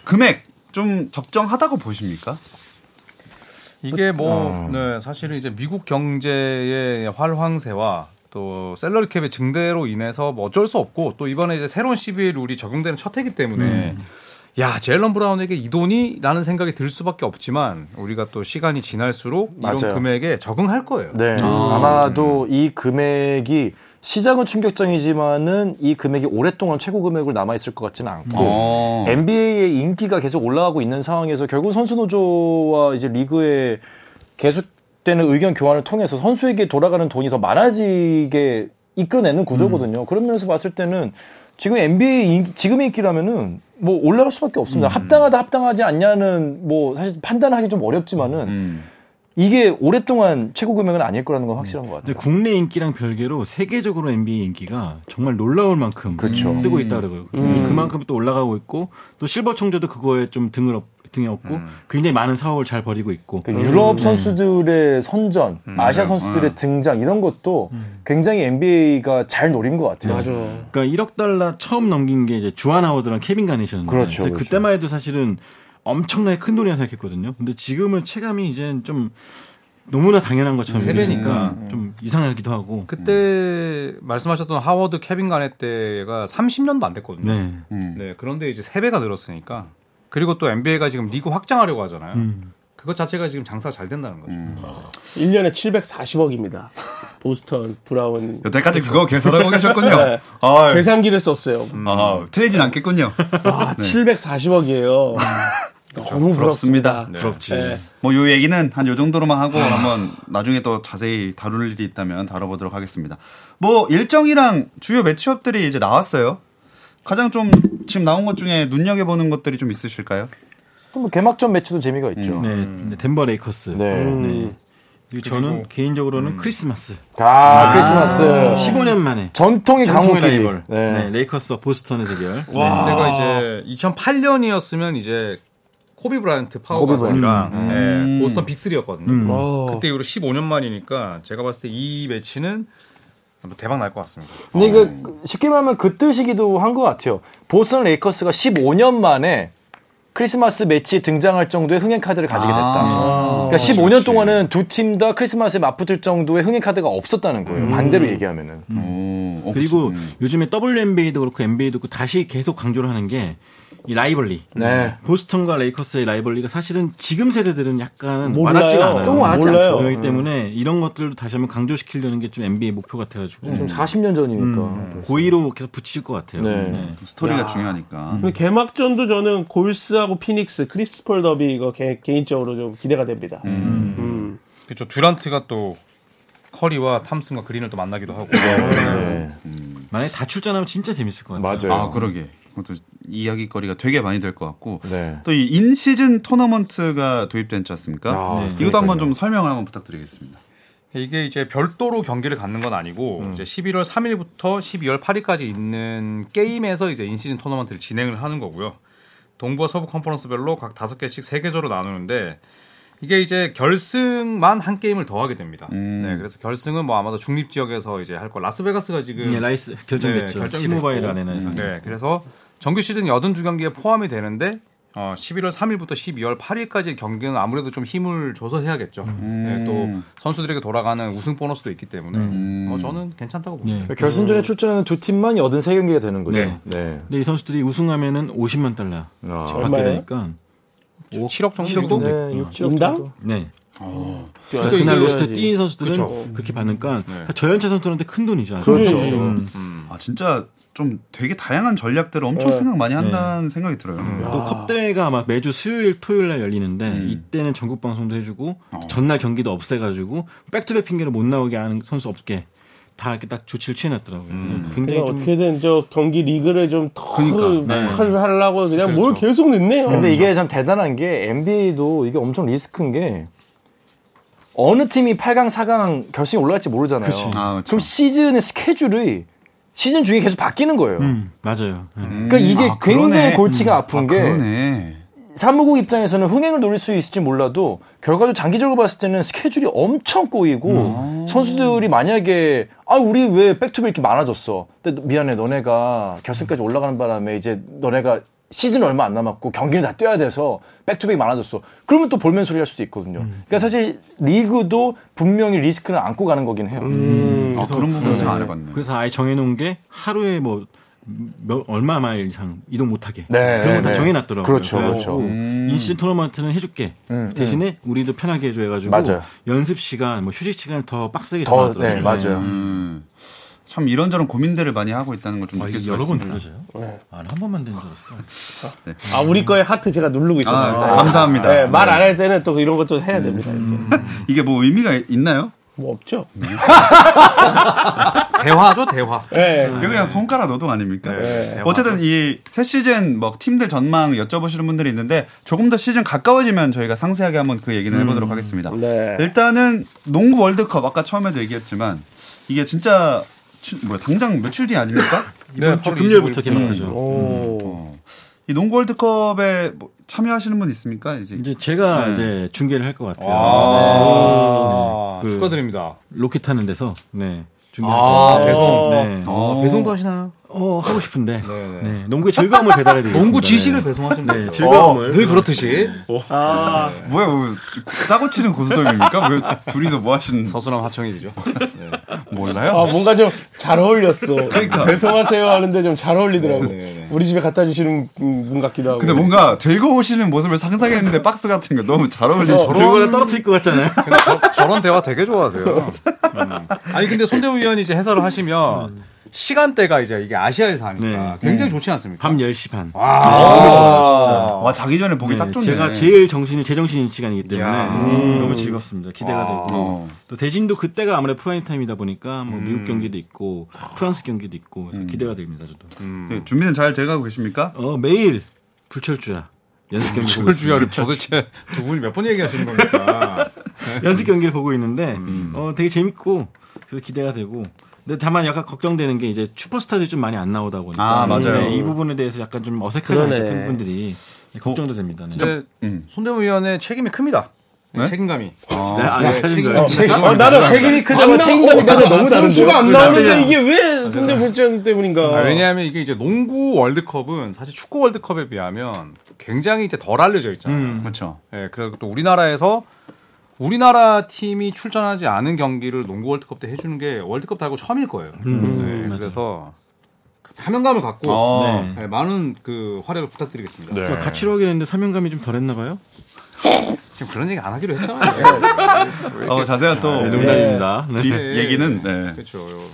A: 금액 좀 적정하다고 보십니까?
F: 이게
D: 음.
F: 뭐 네, 사실은 이제 미국 경제의 활황세와 또 셀러리 캡의 증대로 인해서 뭐 어쩔 수 없고 또 이번에 이제 새로운 CBA 룰이 적용되는 첫 해기 때문에
D: 음.
F: 야 제일런 브라운에게 이 돈이라는 생각이 들 수밖에 없지만 우리가 또 시간이 지날수록 이런
D: 맞아요.
F: 금액에 적응할 거예요.
D: 네. 아마도 이 금액이 시작은 충격적이지만은 이 금액이 오랫동안 최고 금액으로 남아 있을 것 같지는 않고
A: 어.
D: NBA의 인기가 계속 올라가고 있는 상황에서 결국 선수 노조와 이제 리그의 계속되는 의견 교환을 통해서 선수에게 돌아가는 돈이 더 많아지게 이끌어내는 구조거든요.
E: 음.
D: 그런 면에서 봤을 때는 지금 NBA 인기, 지금의 인기라면은 뭐 올라갈 수밖에
E: 음.
D: 없습니다. 합당하다 합당하지 않냐는 뭐 사실 판단하기 좀 어렵지만은
E: 음.
D: 이게 오랫동안 최고 금액은 아닐 거라는 건 확실한 것
E: 음. 근데
D: 같아요.
E: 국내 인기랑 별개로 세계적으로 NBA 인기가 정말 놀라울 만큼 뜨고 있다 그러고요. 그만큼 또 올라가고 있고 또 실버 청조도 그거에 좀 등을 업, 등에 업고 굉장히 많은 사업을 잘 벌이고 있고
D: 그 유럽 선수들의 선전, 아시아 선수들의 등장 이런 것도 굉장히 NBA가 잘 노린 것 같아요.
C: 맞아.
E: 그러니까 1억 달러 처음 넘긴 게 이제 주한 하워드랑 케빈 가니셨는데
D: 그렇죠,
E: 사실
D: 그렇죠.
E: 그때만 해도 사실은 엄청나게 큰 돈이라 생각했거든요. 근데 지금은 체감이 이제는 좀 너무나 당연한 것처럼
F: 세배니까.
E: 느껴지니까 네. 좀 이상하기도 하고
F: 그때 말씀하셨던 하워드 케빈 가넷 때가 30년도 안 됐거든요.
E: 네.
F: 네, 그런데 이제 3배가 늘었으니까. 그리고 또 NBA가 지금 리그 확장하려고 하잖아요.
E: 음.
F: 그것 자체가 지금 장사가 잘 된다는 거죠.
C: 1년에 740억입니다. 보스턴 브라운
A: 여태까지 그거 계산하고 계셨군요.
C: 네.
A: 아,
C: 계산기를 썼어요.
A: 아, 틀리진 않겠군요.
C: *laughs* 와, 740억이에요. 너무 부럽습니다.
A: 부럽습니다.
E: 부럽지.
C: 네.
A: 뭐 요 얘기는 한 요 정도로만 하고 한번 나중에 또 자세히 다룰 일이 있다면 다뤄보도록 하겠습니다. 뭐 일정이랑 주요 매치업들이 이제 나왔어요. 가장 좀 지금 나온 것 중에 눈여겨보는 것들이 좀 있으실까요?
D: 뭐 개막전 매치도 재미가 있죠.
E: 네, 근데 덴버 레이커스.
D: 네.
E: 네. 그리고 음. 저는 개인적으로는 크리스마스.
D: 아, 크리스마스.
E: 15년 만에.
D: 전통이
E: 전통의
D: 강호끼리.
E: 라이벌. 네. 레이커스와 보스턴의 대결.
F: 네. 그때가 이제 2008년이었으면 이제 코비 브라이언트
D: 코비
F: 파워가 아니라 예, 보스턴 빅3였거든요.
E: 음.
C: 어.
F: 그때 이후로 15년 만이니까 제가 봤을 때 이 매치는 뭐 대박 날 것 같습니다.
D: 근데 그 쉽게 말하면 그 뜻이기도 한 것 같아요. 보스턴 레이커스가 15년 만에 크리스마스 매치에 등장할 정도의 흥행 카드를 가지게 됐다. 아. 그러니까 15년 동안은 두 팀 다 크리스마스에 맞붙을 정도의 흥행 카드가 없었다는 거예요. 반대로 얘기하면은.
A: 오, 어,
E: 그리고
A: 없죠.
E: 요즘에 WNBA도 그렇고 NBA도 그렇고 다시 계속 강조를 하는 게 이 라이벌리.
D: 네.
E: 보스턴과 레이커스의 라이벌리가 사실은 지금 세대들은 약간
C: 몰라요.
E: 와닿지가 않아요.
C: 좀 와닿지 몰라요. 음. 않죠.
E: 그렇기 때문에 이런 것들을 다시 한번 강조시키려는 게 좀 NBA 목표 같아가지고
C: 네.
D: 좀 40년 전이니까.
E: 고의로 계속 붙일 것 같아요.
D: 네.
A: 스토리가 중요하니까.
C: 근데 개막전도 저는 골스하고 피닉스 크리스폴 더비 이거 개, 인적으로좀 기대가 됩니다. 음.
F: 그렇죠. 듀란트가 또 커리와 탐슨과 그린을 또 만나기도 하고.
D: 네.
E: 만약에 다 출전하면 진짜 재밌을 것 같아요.
D: 맞아요.
A: 아 그러게. 그것도 이야기거리가 되게 많이 될 것 같고
D: 네.
A: 또 이 인시즌 토너먼트가 도입됐지 않습니까?
D: 아,
A: 네. 이것도 한번 좀 설명을 한번 부탁드리겠습니다.
F: 이게 이제 별도로 경기를 갖는 건 아니고 이제 11월 3일부터 12월 8일까지 있는 게임에서 이제 인시즌 토너먼트를 진행을 하는 거고요. 동부와 서부 컨퍼런스별로 각 다섯 개씩 세 개조로 나누는데 이게 이제 결승만 한 게임을 더 하게 됩니다. 네, 그래서 결승은 뭐 아마도 중립 지역에서 이제 할 거. 라스베가스가 지금
E: 네, 라이스 결정됐죠.
F: 결정이
E: 티모바일
F: 됐고.
C: 음.
E: 아레나에서.
F: 네, 그래서 정규 시즌 82경기에 포함이 되는데 어, 11월 3일부터 12월 8일까지 경기는 아무래도 좀 힘을 줘서 해야겠죠.
E: 음.
F: 네, 또 선수들에게 돌아가는 우승 보너스도 있기 때문에 어, 저는 괜찮다고 봅니다.
E: 음. 네.
D: 결승전에 출전하는 두 팀만 83경기가 되는 거죠.
E: 네.
D: 네.
E: 근데 이 선수들이 우승하면은 50만 달러
D: 아.
E: 받게
C: 얼마예요?
E: 되니까.
F: 7억 정도?
E: 칠억 정도?
D: 네, 육지역
C: 인당?
D: 정도. 음.
E: 네.
C: 또
E: 그날
C: 그러니까 이겨야지. 네.
E: 로스터 뛴 선수들은
F: 그쵸.
E: 그렇게 받으니까 다 저연차 선수들한테 큰 돈이죠. 아주.
C: 그렇죠.
E: 음.
A: 아 진짜 좀 되게 다양한 전략들을 엄청 생각 많이 한다는 생각이 들어요.
E: 또 컵대회가 아마 매주 수요일 토요일 날 열리는데
D: 음.
E: 이때는 전국 방송도 해주고
D: 어.
E: 전날 경기도 없애가지고 백투백 핑계로 못 나오게 하는 선수 없게 다 이렇게 딱 조치를 취해놨더라고요.
D: 음.
E: 네, 굉장히
C: 그냥
E: 좀
C: 어떻게든 저 경기 리그를 좀더
A: 그러니까, 네.
C: 하려고 그냥 뭘 계속 넣네요.
D: 근데 이게 참 대단한 게 NBA도 이게 엄청 리스크인 게 어느 팀이 8강, 4강 결승에 올라갈지 모르잖아요.
E: 그치.
A: 아, 그쵸.
D: 그럼 시즌의 스케줄이 시즌 중에 계속 바뀌는 거예요.
E: 음, 맞아요. 네.
D: 그러니까 이게
A: 아, 그러네.
D: 굉장히 골치가 아픈
A: 아,
D: 게
A: 그러네.
D: 사무국 입장에서는 흥행을 노릴 수 있을지 몰라도 결과적으로 장기적으로 봤을 때는 스케줄이 엄청 꼬이고 선수들이 만약에 아 우리 왜 백투백 이렇게 많아졌어 근데 너- 미안해 너네가 결승까지 올라가는 바람에 이제 너네가 시즌 얼마 안 남았고 경기를 다 뛰어야 돼서 백투백이 많아졌어 그러면 또 볼멘 소리 할 수도 있거든요 그러니까 사실 리그도 분명히 리스크는 안고 가는 거긴 해요
A: 아, 그런 부분 생각 안 해봤네.
E: 그래서 아예 정해놓은 게 하루에 뭐 몇- 얼마 마일 이상 이동 못하게
D: 네,
E: 그런 걸 다
D: 네.
E: 정해놨더라고요.
D: 그렇죠,
E: 그래가지고
D: 그렇죠.
E: 인시즌 토너먼트는 해줄게 대신에 우리도 편하게 해줘 해가지고
D: 맞아요.
E: 연습 시간, 뭐 휴식 시간 더 빡세게
D: 더
E: 정하더라고요.
D: 네 맞아요
A: 음, 참 이런저런 고민들을 많이 하고 있다는 걸 좀
E: 아,
A: 느낄
E: 이게
A: 수
E: 여러 번
A: 있습니다.
E: 눌러져요?
D: 네.
E: 아, 나한 번만 된 줄 알았어.
C: 아 우리 거에 하트 제가 누르고 있어요.
A: 아, 감사합니다.
C: 말 안 할 때는 또 이런 것도 해야 됩니다. 이렇게.
A: 이게 뭐 의미가 있나요?
C: 뭐 없죠.
F: 대화죠, 대화.
C: 네.
A: 이거 그냥 손가락 노동 아닙니까?
F: 네.
A: 어쨌든 이 새 시즌 뭐 팀들 전망 여쭤보시는 분들이 있는데 조금 더 시즌 가까워지면 저희가 상세하게 한번 그 얘기는 해보도록 하겠습니다.
C: 네.
A: 일단은 농구 월드컵 아까 처음에도 얘기했지만 이게 진짜 뭐 당장 며칠 뒤 아닙니까?
E: 이번
F: 네, 음.
E: 주
F: 바로
E: 금요일부터
F: 25일.
E: 개막하죠.
C: 오.
A: 어. 이 농구 월드컵에 뭐 참여하시는 분 있습니까? 이제
E: 이제 제가
A: 네.
E: 이제 중계를 할 것 같아요.
F: 아,
E: 네. 그-
F: 축하드립니다.
E: 로켓 타는 데서 네 중계할
F: 아,
E: 거예요.
F: 배송.
E: 네.
A: 어.
F: 아, 배송도 하시나요?
E: 어 하고 싶은데
F: 네.
E: 네, 농구의 즐거움을 배달해 드리겠습니다.
F: 농구 지식을
E: 네.
F: 배송하시면 돼요.
E: 즐거움을.
F: 어, 늘 그렇듯이.
C: 아,
A: 뭐야, 뭐 짜고 치는 고스톱입니까? 왜 둘이서 뭐 하시는
F: 서수남 하청일이죠.
A: 몰라요?
C: 아, 뭔가 좀 잘 어울렸어. 죄송하세요 하는데 좀 잘 어울리더라고.
F: 네, 네, 네.
C: 우리 집에 갖다 주시는 분 같기도 하고.
A: 근데 뭔가 즐거우시는 모습을 상상했는데 박스 같은 거 너무 잘 어울리시고
E: 들고 떨어뜨릴 것 같잖아요. *laughs*
G: 근데 저, 런 대화 되게 좋아하세요.
F: 음. 아니 근데 손대우 위원이 이제 해설을 하시면 시간대가 이제 이게 아시아에서 하니까 굉장히 좋지 않습니까? 아,
E: 밤 10시 반.
F: 어,
C: 아.
A: 와 자기 전에 보기 딱
E: 네,
A: 좋네.
E: 제가 제일 정신이 제정신인 시간이기 때문에 너무 즐겁습니다. 기대가
F: 아.
E: 되고
A: 어.
E: 또 대진도 그때가 아무래도 프라임 타임이다 보니까 뭐
F: 음.
E: 미국 경기도 있고 프랑스 경기도 있고 그래서 기대가 됩니다. 저도
F: 음.
A: 네, 준비는 잘 돼가고 계십니까?
E: 어, 매일 불철주야 연습 경기 보고 있습니다.
F: 주야를 도대체 두 분이 몇 번 얘기하시는 겁니까?
E: 연습 경기를 보고 있는데 어, 되게 재밌고 그래서 기대가 되고 근데 다만 약간 걱정되는 게 이제 슈퍼스타들이 좀 많이 안 나오다 보니까
A: 아, 맞아요.
E: 네, 이 부분에 대해서 약간 좀 어색하지
C: 그러네.
E: 않을까 팬분들이 걱정도 됩니다. 네.
F: 근데
A: 음.
F: 손대우 위원의 책임이 큽니다.
A: 네?
F: 책임감이.
E: 네, 아니, 사진
F: 책임-
E: 거예요.
C: 어,
F: 아,
C: 나는 책임이 크다고 책임감이 나는 너무 다른데. 수가 안 나오는데 이게 왜 손대 불장 때문인가?
F: 아, 왜냐하면 이게 이제 농구 월드컵은 사실 축구 월드컵에 비하면 굉장히 이제 덜 알려져 있잖아요.
A: 그렇죠.
F: 예, 그리고 또 우리나라에서 우리나라 팀이 출전하지 않은 경기를 농구 월드컵 때 해주는 게 월드컵 달고 처음일 거예요. 네, 그래서 그 사명감을 갖고
A: 어.
E: 네.
F: 네, 많은 그 활약을 부탁드리겠습니다.
E: 뭐 같이 하긴 했는데 사명감이 좀 덜했나 봐요.
F: 지금 그런 얘기 안 하기로 했잖아요.
A: 어, 자세한
C: 아,
A: 또
E: 농담입니다. 네.
A: 뒷 얘기는 네.
F: 그렇죠.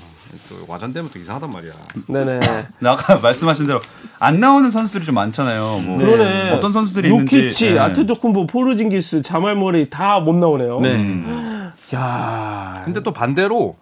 F: 또 와전되면 또 이상하단 말이야.
C: 네네.
A: 근데 아까 *laughs* 말씀하신 대로 안 나오는 선수들이 좀 많잖아요. 뭐
C: 그러네.
A: 어떤 선수들이 있는지.
C: 요키치,
A: 네.
C: 아트토쿤보, 포르징기스, 자말머리 다 못 나오네요.
E: 네.
C: 야.
F: 근데 또 반대로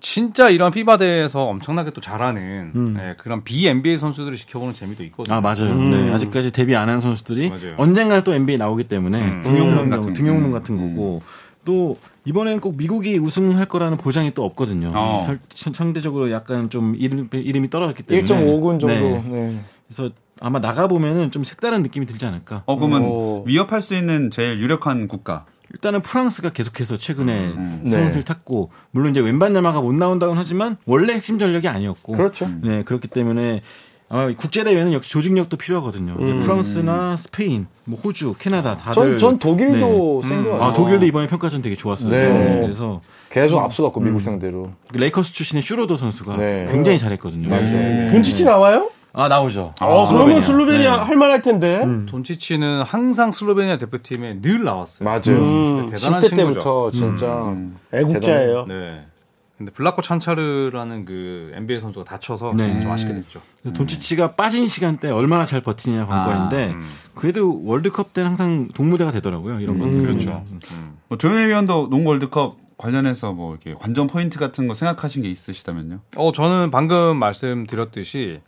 F: 진짜 이런 피바 대회에서 엄청나게 또 잘하는 예, 그런 비 NBA 선수들을 지켜보는 재미도
E: 음.
F: 있거든요.
E: 아 맞아요. 네, 아직까지 데뷔 안 한 선수들이
F: 맞아요.
E: 언젠가 또 NBA 나오기 때문에 음. 네, 뭐 등용문 같은 음. 등용문 같은 거고 또 이번에는 꼭 미국이 우승할 거라는 보장이 또 없거든요.
A: 어.
E: 설- 상- 상대적으로 약간 좀 이름 이름이 떨어졌기 때문에
D: 1.5군 정도.
E: 네.
D: 네.
E: 그래서 아마 나가 보면은 좀 색다른 느낌이 들지 않을까.
A: 어 그러면
C: 오.
A: 위협할 수 있는 제일 유력한 국가.
E: 일단은 프랑스가 계속해서 최근에
D: 네.
E: 승승을 탔고 물론 이제 왼반 야마가 못 나온다고는 하지만 원래 핵심 전력이 아니었고
D: 그렇죠.
E: 네 그렇기 때문에 아마 국제 대회는 역시 조직력도 필요하거든요. 프랑스나 스페인, 뭐 호주, 캐나다 다들
D: 음. 아, 전,
C: 네.
D: 전 독일도 센거 같아요.
E: 아 독일도 이번에 평가전 되게 좋았어요.
D: 네.
E: 그래서
D: 계속 앞서갔고 미국 상대로.
E: 그 레이커스 출신의 슈로더 선수가
D: 네.
E: 굉장히 잘했거든요.
C: 돈치치 네. 나와요?
E: 아 나오죠.
C: 어, 그러면 슬로베니아 할 만할 텐데.
F: 돈치치는 항상 슬로베니아 대표팀에 늘 나왔어요.
D: 맞아요.
F: 그러니까 대단한
D: 10대
F: 친구죠.
D: 음, 때부터 진짜
C: 애국자예요.
F: 네. 근데 블라코 찬차르라는 그 NBA 선수가 다쳐서
E: 네.
F: 좀 아쉽게 됐죠.
D: 음.
E: 그래서 돈치치가 빠진 시간 때 얼마나 잘 버티냐 관건인데 그래도 월드컵 때는 항상 동무대가 되더라고요. 이런 것들
F: 음.
E: 그렇죠.
D: 음.
A: 뭐 조현일 위원도 농구 월드컵 관련해서 뭐 이렇게 관전 포인트 같은 거 생각하신 게 있으시다면요?
F: 어, 저는 방금 말씀드렸듯이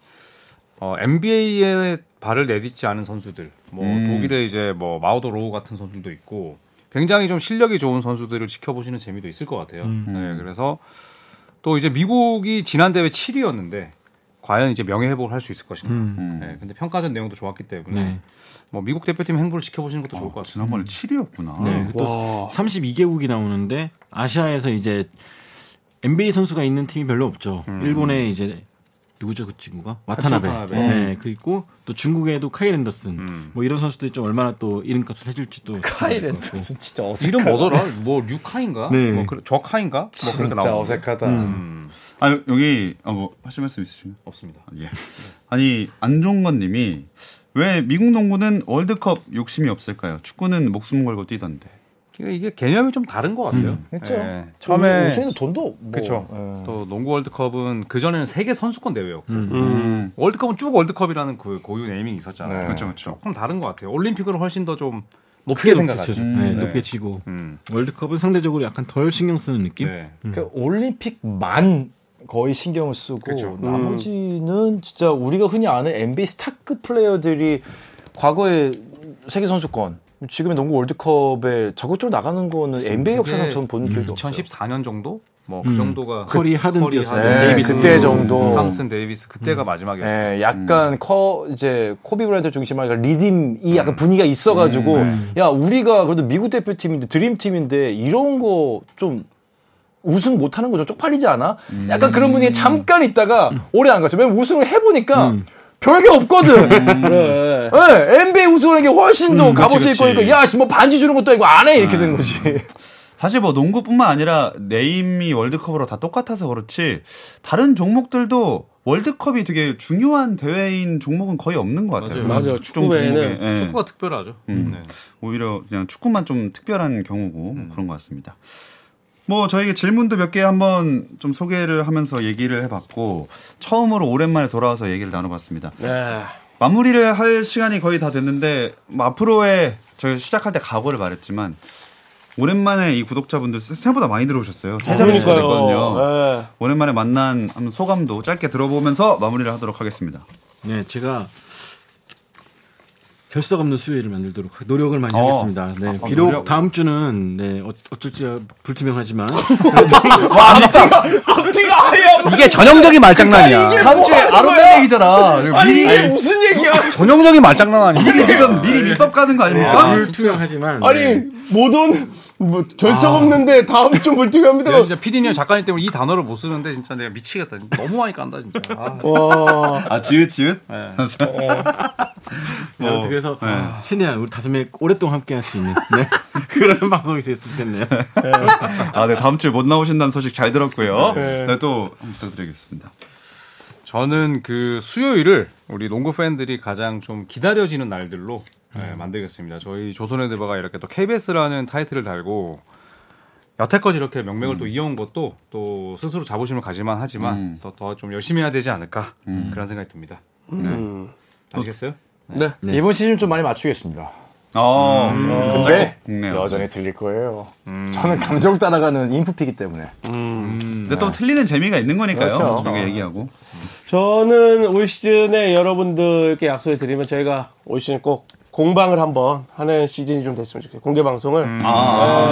F: 어, NBA에 발을 내딛지 않은 선수들, 뭐
E: 음.
F: 독일의 이제 뭐 마우더 로우 같은 선수도 있고 굉장히 좀 실력이 좋은 선수들을 지켜보시는 재미도 있을 것 같아요.
E: 음.
F: 네, 그래서 또 이제 미국이 지난 대회 7위였는데 과연 이제 명예 회복을 할 수 있을 것인가.
D: 음.
F: 네, 근데 평가전 내용도 좋았기 때문에
E: 음. 네.
F: 뭐 미국 대표팀 행보를 지켜보시는 것도
D: 어,
F: 좋을 것 같습니다.
A: 지난번에 7위였구나.
F: 음.
E: 네. 또 32개국이 나오는데 아시아에서 이제 NBA 선수가 있는 팀이 별로 없죠. 일본에 이제 누구죠 그 친구가 와타나베.
F: 와타나베. 음.
E: 네, 그 있고 또 중국에도 카이 랜더슨. 뭐 이런 선수들이 좀 얼마나 또 이름값을 해줄지도 카이 랜더슨.
D: 네. 진짜 어색.
F: 이름 뭐더라? 뭐 류카인가?
E: 네. 음.
F: 뭐 그, 저카인가? 뭐 그렇게
D: 진짜
F: 나오는
D: 어색하다.
A: 아 여기 아, 뭐 하실 말씀 있으신가요?
F: 없습니다.
A: 예. 아니 안종건님이 왜 미국 농구는 월드컵 욕심이 없을까요? 축구는 목숨 걸고 뛰던데.
F: 그러니까 이게- 이게 개념이 좀 다른 것 같아요.
D: 그렇죠.
F: 예.
D: 처음에
F: 처음에
D: 우승도 돈도 뭐.
F: 그렇죠.
D: 예.
F: 또 농구 월드컵은 그 전에는 세계 선수권 대회였고
A: 음.
F: 월드컵은 쭉 월드컵이라는 그 고유 네이밍이 있었잖아요.
D: 네.
A: 그렇죠, 그렇죠.
F: 조금 다른 것 같아요. 올림픽으로 훨씬 더 좀 높게 생각하죠.
E: 네,
A: 음.
E: 높게 치고
F: 음.
E: 월드컵은 상대적으로 약간 덜 신경 쓰는 느낌.
F: 네.
D: 그 올림픽만 거의 신경을 쓰고
F: 그쵸. 음.
D: 나머지는 진짜 우리가 흔히 아는 NBA 스타급 플레이어들이 과거에 세계 선수권 지금의 농구 월드컵에 적극적으로 나가는 거는 NBA 역사상 저는
F: 음,
D: 본 기억이 없어요.
F: 2014년 정도 뭐 그
E: 음.
F: 정도가
E: 커리 하든 뛰었어요.
D: 네,
E: 데이비스.
D: 그때 정도.
F: 음. 탐슨 데이비스 그때가 마지막이었어요.
D: 예, 약간 커 이제 코비 브라이트 중심으로 약간 리듬이 약간 분위기가 있어가지고 야 우리가 그래도 미국 대표팀인데 드림 팀인데 이런 거 좀 우승 못하는 거좀 쪽팔리지 않아? 약간 그런 분위기 잠깐 있다가 오래 안 갔죠. 왜냐면 우승을 해보니까 별게 없거든.
C: 음. 그래.
D: 예, NBA 우승하는 게 훨씬 더 값어치
A: 그치,
D: 있고
A: 그치.
D: 야 뭐 반지 주는 것도 아니고 안 해 이렇게 된 거지.
A: 사실 뭐 농구뿐만 아니라 네임이 월드컵으로 다 똑같아서 그렇지 다른 종목들도 월드컵이 되게 중요한 대회인 종목은 거의 없는 것 같아요.
F: 맞아요.
C: 맞아요.
A: 좀
C: 축구 외에는
A: 종목에, 예.
F: 축구가 특별하죠.
D: 음.
F: 네.
A: 오히려 그냥 축구만 좀 특별한 경우고 그런 것 같습니다. 뭐 저에게 질문도 몇 개 한번 좀 소개를 하면서 얘기를 해봤고 처음으로 오랜만에 돌아와서 얘기를 나눠봤습니다.
C: 네.
A: 마무리를 할 시간이 거의 다 됐는데 뭐 앞으로의 저희 시작할 때 각오를 말했지만 오랜만에 이 구독자분들 세- 생각보다 많이 들어오셨어요. 세 자리
C: 그러니까요.
A: 됐거든요.
C: 네.
A: 오랜만에 만난 한번 소감도 짧게 들어보면서 마무리를 하도록 하겠습니다.
E: 네, 제가 결석 없는 수요일을 만들도록 노력을 많이
A: 어.
E: 하겠습니다. 네,
A: 아,
E: 비록
A: 노력.
E: 다음 주는 네 어- 어쩔지
A: *laughs*
E: 불투명하지만
A: 아.
G: 이게 전형적인
F: 그러니까
G: 말장난이야.
A: 다음 주에 아로다 얘기잖아. 미리
C: 이게 무슨 얘기야?
G: 전형적인 말장난 아니야.
A: 미리 지금 미리 밑밥 가는 거 아닙니까?
E: 불투명하지만 네.
C: 아니 모던 뭐 결석 없는데 다음 주 물증합니다.
F: 내가 진짜 피디님 작가님 때문에 이 단어를 못 쓰는데 진짜 내가 미치겠다. 너무 많이 깐다 진짜. 아,
C: 와.
A: 아 지읒 지읒. 어.
E: 네, 아무튼 그래서 최대한 우리 다섯 명 오랫동안 함께 할 수 있는 네, *laughs* 그런 방송이 됐으면 좋겠네요.
A: 아, 네 다음 주에 못 나오신다는 소식 잘 들었고요. 네, 또 한번 부탁드리겠습니다.
F: 저는 그 수요일을 우리 농구 팬들이 가장 좀 기다려지는 날들로 네, 만들겠습니다. 저희 조선의 대바가 이렇게 또 KBS라는 타이틀을 달고 여태껏 이렇게 명맥을 또 이어온 것도 또 스스로 자부심을 가질만 하지만 더 좀 열심히 해야 되지 않을까 그런 생각이 듭니다. 아시겠어요?
C: 네.
D: *laughs* 이번 시즌 좀 많이 맞추겠습니다.
A: 어,
D: 음. 근데
A: 네.
D: 여전히 들릴 거예요. 저는 감정 따라가는 인프피기 때문에.
A: 근데 또 틀리는 재미가 있는 거니까요.
D: 음. 그렇죠.
A: 저희가 얘기하고.
C: 저는 올 시즌에 여러분들께 약속해 드리면 저희가 올 시즌 꼭 공방을 한번 하는 시즌이 좀 됐으면 좋겠어요. 공개 방송을.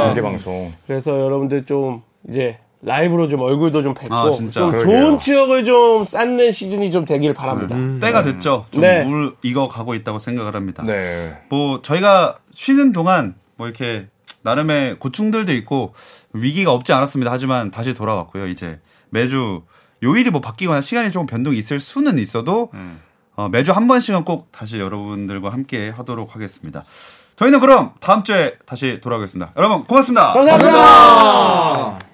D: 공개 방송.
C: 그래서 여러분들 좀 이제 라이브로 좀 얼굴도 좀 뵙고
A: 아, 진짜.
C: 좀
D: 그러게요.
C: 좋은 추억을 좀 쌓는 시즌이 좀 되길 바랍니다.
A: 때가 됐죠. 좀
C: 네.
A: 물 익어 가고 있다고 생각을 합니다.
D: 네.
A: 뭐 저희가 쉬는 동안 뭐 이렇게 나름의 고충들도 있고 위기가 없지 않았습니다. 하지만 다시 돌아왔고요. 이제 매주 요일이 뭐 바뀌거나 시간이 조금 변동이 있을 수는 있어도 어, 매주 한 번씩은 꼭 다시 여러분들과 함께 하도록 하겠습니다. 저희는 그럼 다음 주에 다시 돌아오겠습니다. 여러분 고맙습니다.
C: 감사합니다.